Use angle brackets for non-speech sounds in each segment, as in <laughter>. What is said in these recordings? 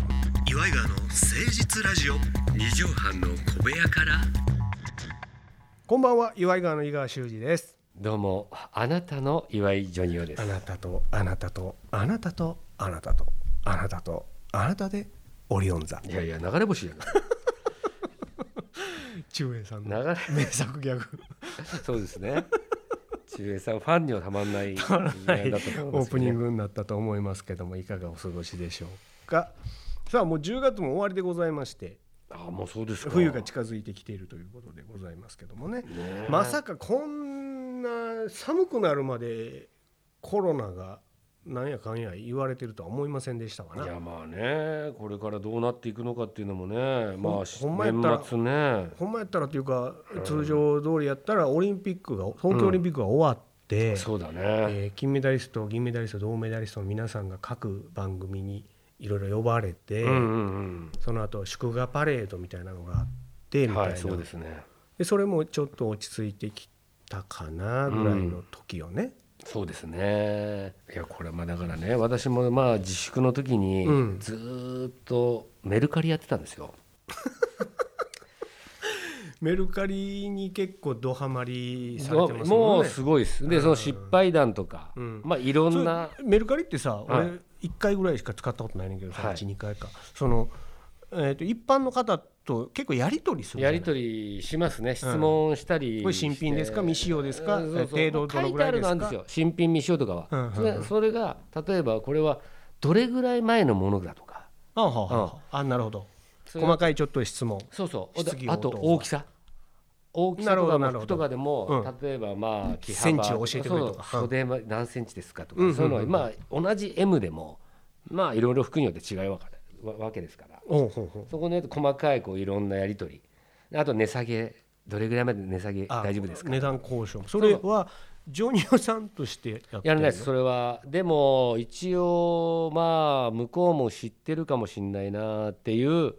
イガーの誠実ラジオ二畳半の小部屋からこんばんは、岩井川の井川修司です。どうもあなたの岩井ジョニオであすなたとあなたとあなたとあなたとあなたとあなたでオリオン座。いやいや流れ星じゃ中英さんなのい流 <laughs> 名作ギャグ。れそうですね中江さんファンにはたまんないたはい、オープニングになったと思いますけどもいかがお過ごしでしょうか。さあもう10月も終わりでございましてあもうそうですか冬が近づいてきているということでございますけどもねねえまさかこんな寒くなるまでコロナがなんやかんや言われてるとは思いませんでしたわいなやまあねこれからどうなっていくのかっていうのもねまあほんまやったら年末ねほんまやったらというか通常通りやったらオリンピックが東京オリンピックが終わって、そうだね、えー金メダリスト銀メダリスト銅メダリストの皆さんが各番組にいろいろ呼ばれて、うんうんその後祝賀パレードみたいなのがあってうみんたいな、はいそうですねでそれもちょっと落ち着いてきたかなぐらいの時よね。そうですねいやこれまあだからね私もまあ自粛の時にうんずーっとメルカリやってたんですよ、メルカリに結構ドハマりされてますももんうね。すごいですでその失敗談とか、うんまあいろんなそれメルカリってさ、はい俺1回ぐらいしか使ったことないねんけどさ、はい12回かその、えー、と一般の方と結構やり取りするじゃやないり取りしますね質問したりして、これ新品ですか未使用ですかうんそうそうえ程度どのぐらいで書てあるすかのあるんですよ新品未使用とかは、うんうんうんそれそれが例えばこれはどれぐらい前のものだとかあはあはああなるほどそれ細かいちょっと質問そうそう質疑応あと答大きさ大きなさるとほかどもなるほ服どとかでも、う例えばまあ着センチを教えてくれとかそううん袖は何センチですかとか、うんうんうんそういうのはまあ同じ M でもまあいろいろ服によって違いわかわわけですからおうほうほうそこね細かいこういろんなやり取りあと値下げどれぐらいまで値下げあ大丈夫ですか値段交渉それはジョニオさんとしてやってるのやらないですそれはでも一応まあ向こうも知ってるかもしんないなっていう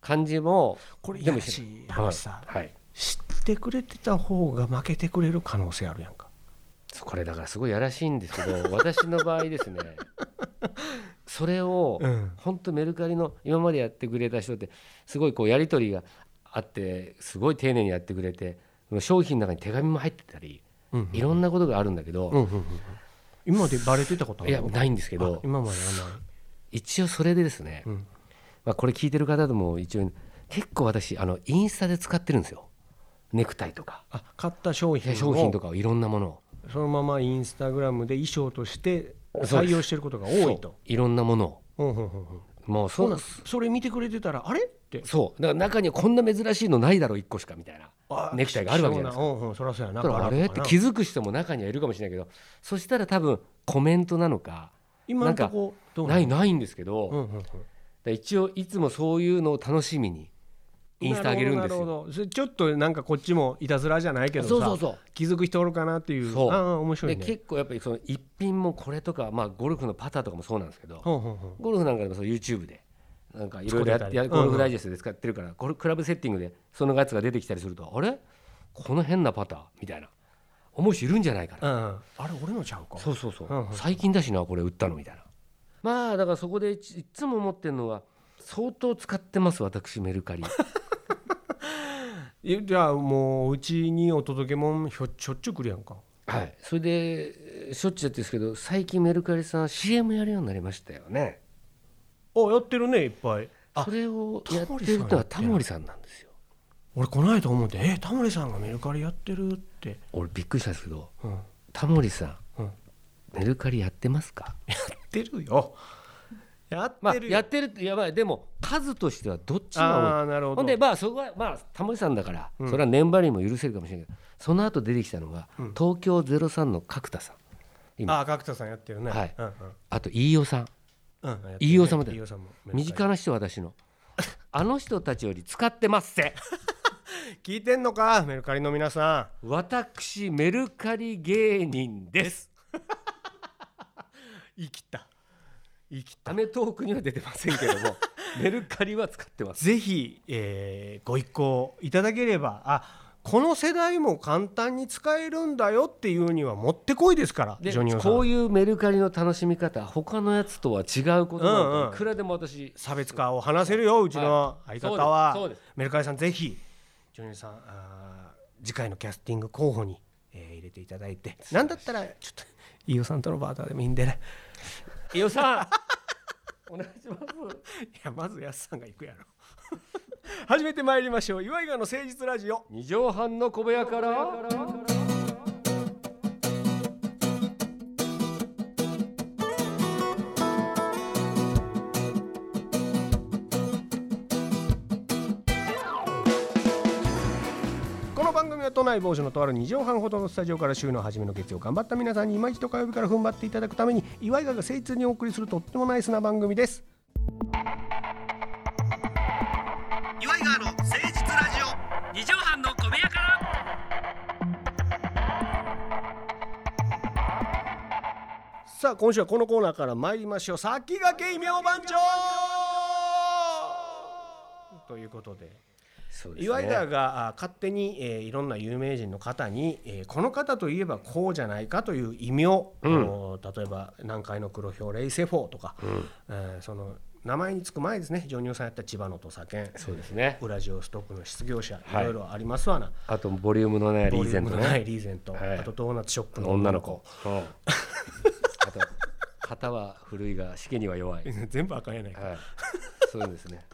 感じもこれでもやらしい話さはいはい知ってくれてた方が負けてくれる可能性あるやんかこれだからすごいやらしいんですけ <laughs> ど私の場合ですねそれをうん本当メルカリの今までやってくれた人ってすごいこうやり取りがあってすごい丁寧にやってくれて商品の中に手紙も入ってたりうんうんいろんなことがあるんだけど、うんうんうん今までバレてたことあいるやないんですけあど今まではない一応それでですね、んまあ、これ聞いてる方でも一応結構私あのインスタで使ってるんですよネクタイとかあ買った商品を商品とかをいろんなものを。そのままインスタグラムで衣装としてそうで採す用してることが多いそとういろんなものをうんうんうんうんもうそそううなんそれ見てくれてたらあれってそうだから中にはこんな珍しいのないだろう1個しかみたいなあネクタイがあるわけじゃないですそううんうんそらそうやなだからあれって気づく人も中にはいるかもしれないけどそしたら多分コメントなのか今んとこどうないのないんですけど、だうかんうんうんら一応いつもそういうのを楽しみにインスタ上げるんでなすほどなよ。ほどそれちょっとなんかこっちもいたずらじゃないけどさそうそうそう気づく人おるかなっていうそうああ面白でいね結構やっぱりその一品もこれとか、まあ、ゴルフのパターとかもそうなんですけどほんほんほんゴルフなんかでもそう YouTube でなんかいろいろやっ作れたてりやうんゴルフダイジェストで使ってるから、これクラブセッティングでそのやつが出てきたりするとあれこの変なパターみたいな思う人いるんじゃないかなうんうんあれ俺のちゃうかそうそうそう、うんうん最近だしなこれ売ったのみたいなまあだからそこでいついつも思ってるのが相当使ってます私メルカリえじゃあもううちにお届けもんひょしょっちゅう来るやんか <laughs> はいそれでえーしょっちゅうやってるんですけど最近メルカリさん CM やるようになりましたよねあやってるねいっぱいあそれをやっタモてリるさんのはタモリさんなんですよ俺こないと思って「えタモリさんがメルカリやってる」って、俺びっくりしたんですけどうん、やタモリさん、うんメルカリやってますかってるよやっ <laughs> まあてるよ、やってるってやばいでも数としてはどっちあがあなる多いほどほんでまあそこはまあタモリさんだから、それは年張りも許せるかもしれないけどその後出てきたのが、東京03の角田さん今ああ角田さんやってるねはいうんうんあと飯尾さんうんやってるね飯尾さんもだよ飯尾さんもメルカリ身近な人私のあの人たちより使ってますせ聞いてんのかメルカリの皆さ私メルカリ芸人ですん生きた生きたアメトークには出てませんけど <laughs> もメルカリは使ってますぜひ、えーご一行いただければあこの世代も簡単に使えるんだよっていうにはもってこいですからでジョニオさんこういうメルカリの楽しみ方他のやつとは違うことなんてうんうんいくらでも私差別化を話せるようちのはい相方は、そうですそうメルカリさんぜひジョニーさんあー次回のキャスティング候補に、えー入れていただいてなんだったらちょっと飯尾さんとのバーターでもいいんでね伊予さんお願いしますいやまずやすさんが行くやろ <laughs> 始めてまいりましょう岩井川の誠実ラジオ二畳半の小部屋からこの番組は都内某所のとある2畳半ほどのスタジオから週の初めの月曜頑張った皆さんに今一度火曜日から踏ん張っていただくために岩井川が誠実にお送りするとってもナイスな番組です岩井川の誠実ラジオ二畳半の小部屋からさあ今週はこのコーナーから参りましょう先駆け異名番長ということでそうですね岩井川があ勝手に、えーいろんな有名人の方に、えーこの方といえばこうじゃないかという異名、あの例えば南海の黒ひょうレイセフォーとか、えーその名前につく前ですねジョニオさんやった千葉の土佐犬そうですねウラジオストックの失業者、はいい、ろいろありますわな、あとボリュームのないリーゼントボリュームのなねいリーゼント、はいあとドーナツショップの女の子うんあと型は古いがしけには弱い、はい、 <laughs> 全部赤やないかそういうのですね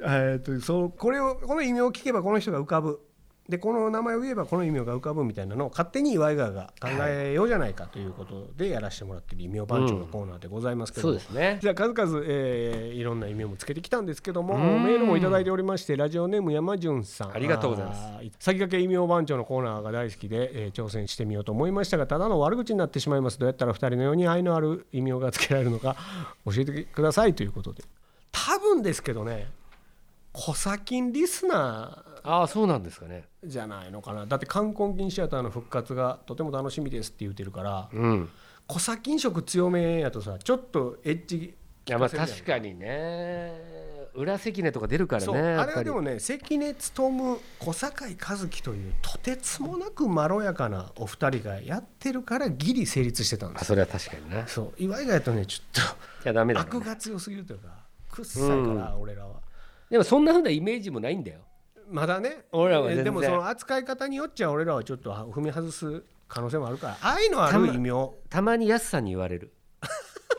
えー、とそうこれをこの異名を聞けばこの人が浮かぶでこの名前を言えばこの異名が浮かぶみたいなのを勝手に岩井川が考えようじゃないかということでやらせてもらってる異名番長のコーナーでございますけどそも、うですねじゃあ数々、えーいろんな異名もつけてきたんですけどもうんメールもいただいておりましてラジオネーム山潤さんありがとうございますあー先駆け異名番長のコーナーが大好きで、えー挑戦してみようと思いましたがただの悪口になってしまいますどうやったら2人のように愛のある異名がつけられるのか <laughs> 教えてくださいということで多分ですけどねコサキンリスナーああそうなんですかねじゃないのかなだって冠婚金シアターの復活がとても楽しみですって言ってるからうんコサキン色強めやとさちょっとエッジいやまあ聞かせるや確んかにね裏関根とか出るからそうねやあっれぱはりでもね関根勤小堺一樹というとてつもなくまろやかなお二人がやってるからギリ成立してたんであすそれは確かになそう岩井がやとねちょっじゃダメとだろう悪ね、が強すぎるというかくっさいから俺らは、でもそんなふうなイメージもないんだよまだね俺らは全然でもその扱い方によっちゃ俺らはちょっと踏み外す可能性もあるから愛のある異名たまにやすさんに言われる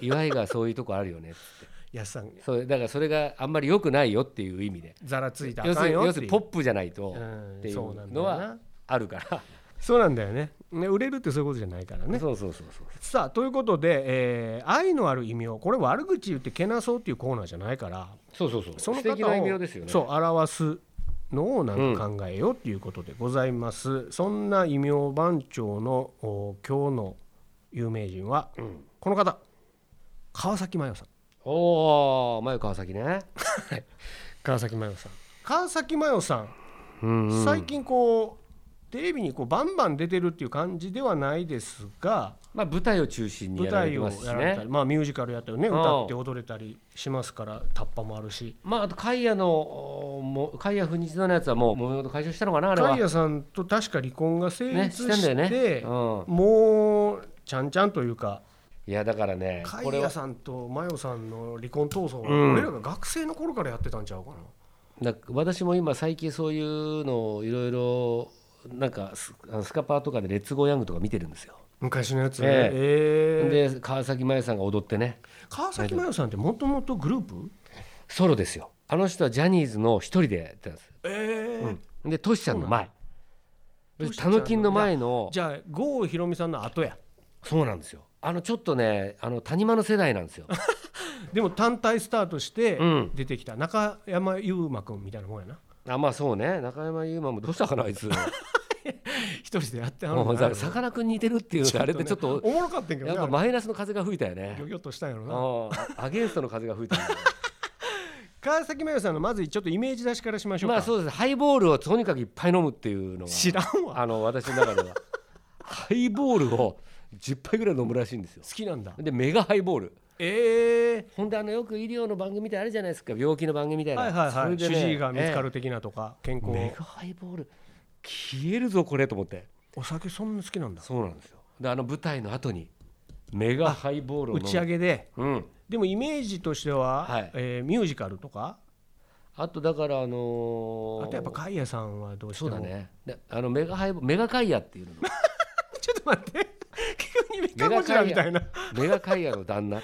岩井がそういうとこあるよねっつってやっさんそうだからそれがあんまり良くないよっていう意味でざらついたらあ要すかるにんよ要っすてるいにうポップじゃないとうんっていそうなうんだのよなはあるからそうなんだよねね売れるってそういうことじゃないからねそうそうそうそうさあということで、えー愛のある異名これ悪口言ってけなそうっていうコーナーじゃないからそうそうそうその素方敵な意味をですよねそう表すのをなんか考えようっていうことでございます、そんな異名番長のお今日の有名人は、この方川崎麻世さんおお前川崎ね川崎麻世さん川崎麻世さんうんうん最近こうテレビにこうバンバン出てるっていう感じではないですがまあ舞台を中心に舞やられ台てをますしやられたねり、まあ、ミュージカルやったりねうん歌って踊れたりしますからタッパもあるしまああとカイヤのおーもうカイヤ不日のやつはもうもめ事解消したのかなあれはカイヤさんと確か離婚が成ね立してしんだてよね、うん、もうちゃんちゃんというかいやだからねカこれイヤはさんとマヨさんの離婚闘争はうん俺らが学生の頃からやってたんちゃうかなな。んか私も今最近そういうのをいろいろなんかスあのスカパーとかでレッツゴーヤングとか見てるんですよ、昔のやつね、えええで川崎麻世さんが踊ってね川崎麻世さんってもともとグループソロですよあの人はジャニーズの一人でやってたんですええでトシちゃんの前そうなんだタヌキンの前のじゃあ郷ひろみさんの後やそうなんですよあのちょっとねあの谷間の世代なんですよでも単体スタートしてうん出てきた中山優馬君みたいなもんやなあまあそうね中山優馬もどうしたかな <laughs> あいつ一人でやってはるものうかなさかなクン似てるっていうあれでちょっとおもろかったんやけやどっぱねマイナスの風が吹いたよあれねギョギョッとしたんやろなああアゲンストの風が吹いたんだよね川崎麻世さんのまずちょっとイメージ出しからしましょうか、まあそうですハイボールをとにかくいっぱい飲むっていうのが知らんわあの私の中ではハイボールを10杯ぐらい飲むらしいんですよ好きなんだでメガハイボールえほんであのよく医療の番組みたいなのあるじゃないですか病気の番組みたいえな、はいはいはい、それで主ね治医が見つかえる的なとか健えメ康ガハイボール消えるぞこれと思ってお酒そんな好きなんだそうなんですよであの舞台の後にメガハイボールを打飲むち上げでうんでもイメージとしては、はいえーミュージカルとかあとだからあのーあとやっぱカイヤさんはどうしてそもうだねであのメガハイボメガカイヤっていうの <laughs> ちょっと待って急にメガゴジラみたいなメガカイヤの旦那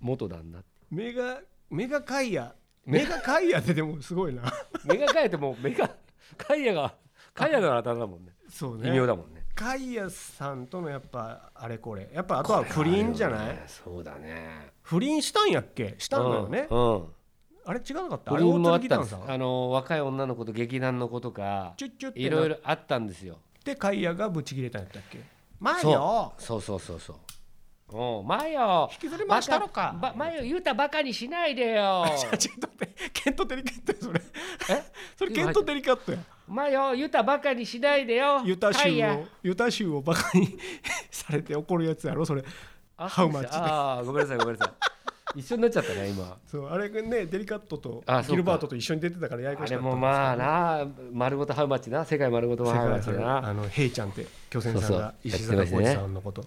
元旦那メガメガカイヤメメガカイヤってでも <laughs> すごいなメガカイヤってもうメガカイヤがカイヤの旦那だもんねそう異ね名だもんねカイヤさんとのやっぱあれこれやっぱあとは不倫じゃない、これはあるよねそうだね不倫したんやっけしたんだよね、うんうんあれ違うなかった不あれ倫もあ大っ鳥ギたタんンですさんあの若い女の子と劇団の子とかチュッチュっていろいろあったんですよでカイヤがブチ切れたんやったっけ前よそうそうそうそうそうおう前よ引きずり回したのかバカば前よ言うたばかにしないで <laughs> よ <laughs> ちょっと待ってケントデリカットやそれえ <laughs> それケントデリカットや前よ言うたばかにしないでよユタカ州イヤをユタ州をバカに <laughs> されて怒るやつやろそれあ How そうです much？あーごめんなさいごめんなさい一緒になっちゃったね今そうあれねデリカットとあそうかギルバートと一緒に出てたからややこあしかれったもんですけどまあな丸ごとハウマッチな世界丸ごと世ハウマッ界チそれなあのヘイちゃんって巨泉さんそがうそう石坂浩二さんのこと、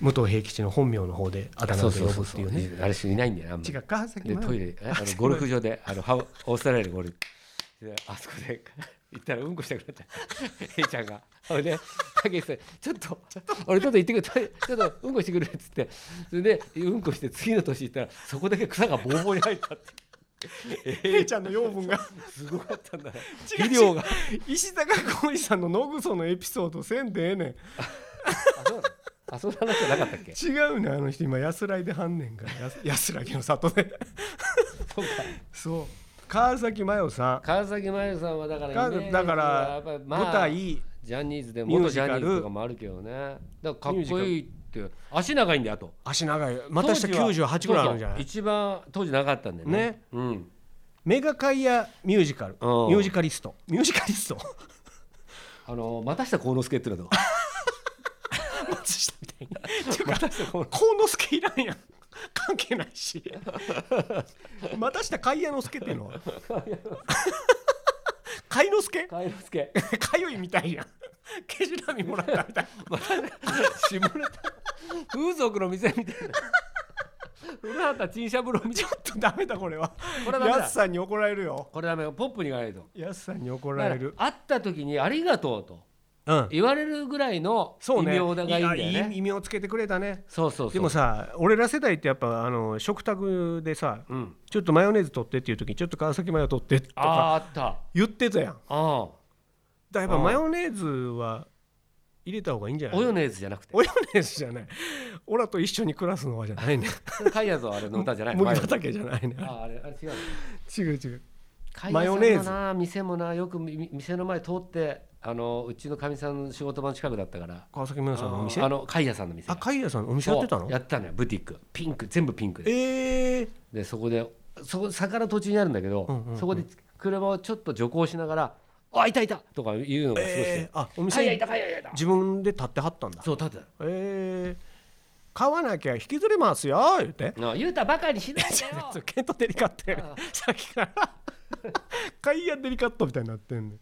武藤平吉の本名の方であだそ名うでそう呼そぶうっそてういうねあれ人いないんだよなあんまり違う川崎で麻トイ世レえ <laughs> あのゴルフ場であのハワオーストラリアのゴルフであそこで行ったらうんこしたく <laughs> なっちゃうヘイちゃんがほいでたけしさんちょっと俺ちょっと行ってくるトイレちょっとうんこしてくるっつってそれでうんこして次の年行ったらそこだけ草がボーボーに入ったってえヘイちゃんの養 <laughs> 分がすごかったんだな違う肥料が <laughs> 石坂浩二さんの野草のエピソードせんでええねんあそうなのあそんな話じゃなかったっけ違うねあの人今安らいではんねんからやす安らぎの <laughs> 里でそうかそう川崎麻世さん川崎麻世さんはだから川イメージだかはやらっぱり舞まあ台ジャニーズでミュー元ジジカャルニーズとかもあるけどねだからかっこいいって足長いんだよあと足長いまた下98ぐらいあるんじゃなそうそうい一番当時なかったんだよねねうんメガカイヤミュージカルミうんュージカリストミュージカリストあの又下幸之助っていうのと <laughs> 松下みたいにっていうか又 <laughs> 下幸之幸之助いらんやん関係ないし <laughs> またした海之助っていうのは <laughs> 海之助 <laughs> 海之助かゆいみたいやん毛じらみもらったみたい <laughs> 下ネタ風俗の店みたいな <laughs> 古畑陳三郎みたちいょっとダメだこれはこれはダメだやすさんに怒られるよなこれダメよポップにいかないとやすさんに怒だらかられる会った時に「ありがとう」とうん言われるぐらいのそう異ね名だがいいんだよやいいね異名をつけてくれたねそうそうそうでもさ俺ら世代ってやっぱあの食卓でさ、うんちょっとマヨネーズ取ってっていう時にちょっと川崎マヨ取ってとあかああったあ言ってたやんあだからやっぱマヨネーズは入れた方がいいんじゃないおよのやつじゃなくておよねずじゃない。オラと一緒に暮らすのはじゃないね。カイヤぞあれの歌じゃない麦畑じゃないね。ああれあれ違うの違う違う。ママヨヨネネーズーズな店もなよくみ店の前通ってあのうちのかみさんの仕事場の近くだったから川崎村さんのお店。ああ、のカイヤさんの店海谷さんのお店やってたそのうや。ってたのよブティックピンク全部ピンクでええ。でそこでそこ坂の途中にあるんだけど、うんうんうんそこで車をちょっと徐行しながら「あいたいた!」とか言うのがすごいして、ええ。あ、おカイヤい店たカイヤいた自分で立ってはったんだ。そう立ってたええ。買わなきゃ引きずれますよ言って。のあ言うたばかりし <laughs> ないでよそうケントデリカットやからさっきから <laughs> 海谷デリカットみたいになってんね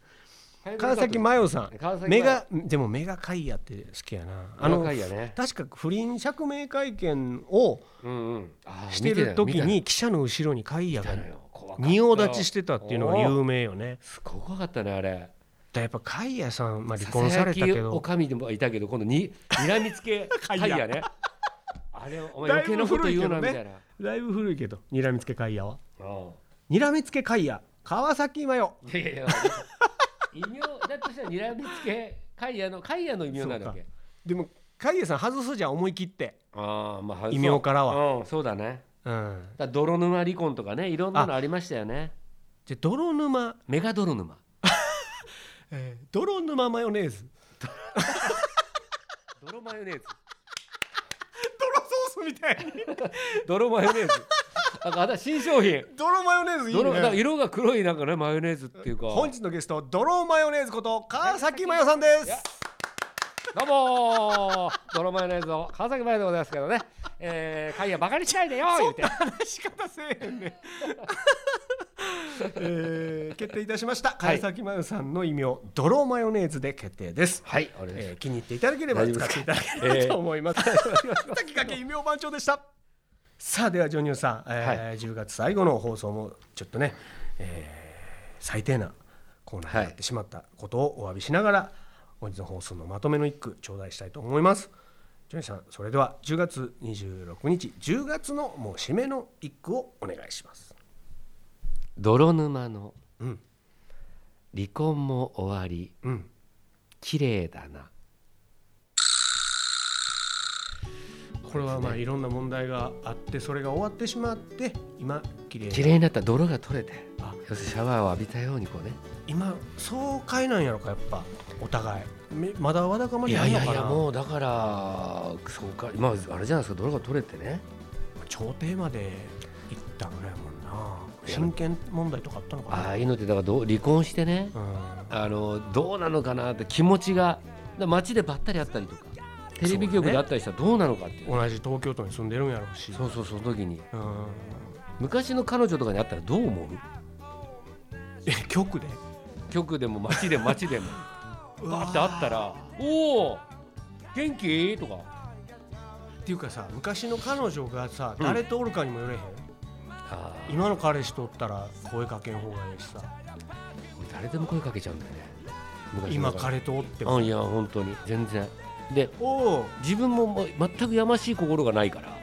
川崎麻世さ川崎麻ん世メガでもメガ海谷って好きやなああののカイヤね確か不倫釈明会見をうんうんあーして見るたよ時見に記者の後ろにカイヤたがのよ怖かったよ仁王立ちしてたっていうのが有名よね。すごい怖かったねあれだやっぱカイヤさん、まあ、離婚されたけおどかみでもいたけど今度に睨みつ <laughs> けカカイイヤヤねあれお前だい余ぶ計なこと言うなみ古いけどねたいな、あだいぶ古いけどにらみつけカイヤはあにらみつけカイヤ川崎麻世いやいやいや異名だとしたら睨みつけカイヤのカイヤの異名なんだっそうけでもカイヤさん外すじゃん思い切って、ああまあ異名からはは、うん、そうだねうん、だから泥沼離婚とかねいろんなのありましたよねで泥沼、メガ泥沼えー泥沼マヨネーズ泥マヨネーズ <laughs> 泥ソースみたいに泥マヨネーズなんかあだ新商品泥マヨネーズいい泥なんかね色が黒いなんかねマヨネーズっていうか本日のゲスト泥マヨネーズこと川崎麻世さんですどうもー、泥マヨネーズの川崎麻世でございますけどね、えー、会議はバカにしないでよー言うて、話し方せえへんねえー決定いたしました金崎真由さんの異名、泥マヨネーズで決定です、はい、お願いしますえー <laughs> 気に入っていただければ大丈夫使ですかっていただければと思います。 <laughs> 滝掛異名番長でした。さあではジョニオさん、えーは10月最後の放送もちょっとね、えー最低なコーナーになってしまったことをお詫びしながら、本日の放送のまとめの一句頂戴したいと思います。ジョニオさんそれでは10月26日10月のもう締めの一句をお願いします。泥沼のうん離婚も終わりうん。綺麗だなこれはまあいろんな問題があってそれが終わってしまって今綺麗な綺麗になった泥が取れてあ要するにシャワーを浴びたようにこうね今爽快なんやろかやっぱお互いめまだわだかまいりやないいのやかいなやもうだからそうかまああれじゃないですか泥が取れてね朝廷まで行ったぐらいやもんないや親権問題とかあったのかあなあいうのってだからどう離婚してねうんあのどうなのかなって気持ちがだ街でばったり会ったりとかテレビ局で会ったりしたらどうなのかっていう同じ東京都に住んでるんやろうしそうそうその時にうん昔の彼女とかに会ったらどう思うえ局で局でも街でも街 <laughs> でもバーって会ったら「おお元気?」とかっていうかさ昔の彼女がさうん誰とおるかにもよれへん、あー今の彼氏とおったら声かけん方がいいしさ誰でも声かけちゃうんだよね昔の今方が彼とおってうもんいや本当に全然でおう自分ももう全くやましい心がないから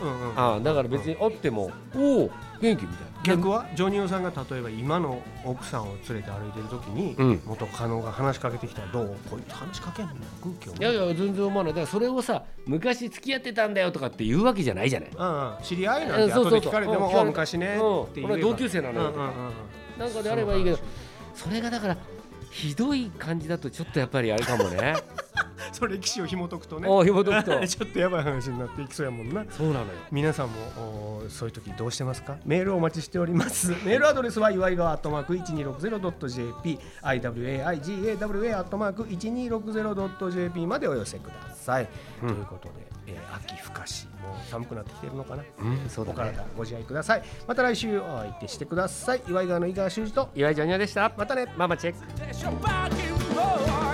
うんうんあーだから別に会っても「おお元気?」みたいな逆はジョニオさんが例えば今の奥さんを連れて歩いてる時に、うん元カノが話しかけてきたらどうこいつ話しかけんの空気をいやいや全然思わないだからそれをさ昔付き合ってたんだよとかって言うわけじゃないじゃないうんうん、知り合いなんてそうそう後そうで聞かれてうんも聞「かれあ昔ね」って言えばうん俺同級生なのようんうんうんうんなんかであればいいけどそれがだからひどい感じだとちょっとやっぱりあれかもねそれ歴史を紐解くとねおひも解くと <laughs> ちょっとやばい話になっていきそうやもんな <laughs> そうなのよ皆さんもおーそういう時どうしてますかメールをお待ちしておりますメールアドレスは祝いがアットマーク 1260.jp iwaigawa アットマーク 1260.jp までお寄せください、うんということで、えー秋深しもう寒くなってきてるのかな、うんそうおだね体ご自愛くださいまた来週お相手してください祝いがの井川修司と岩井ジョニオでしたまたねママチェック That's your rock and roll.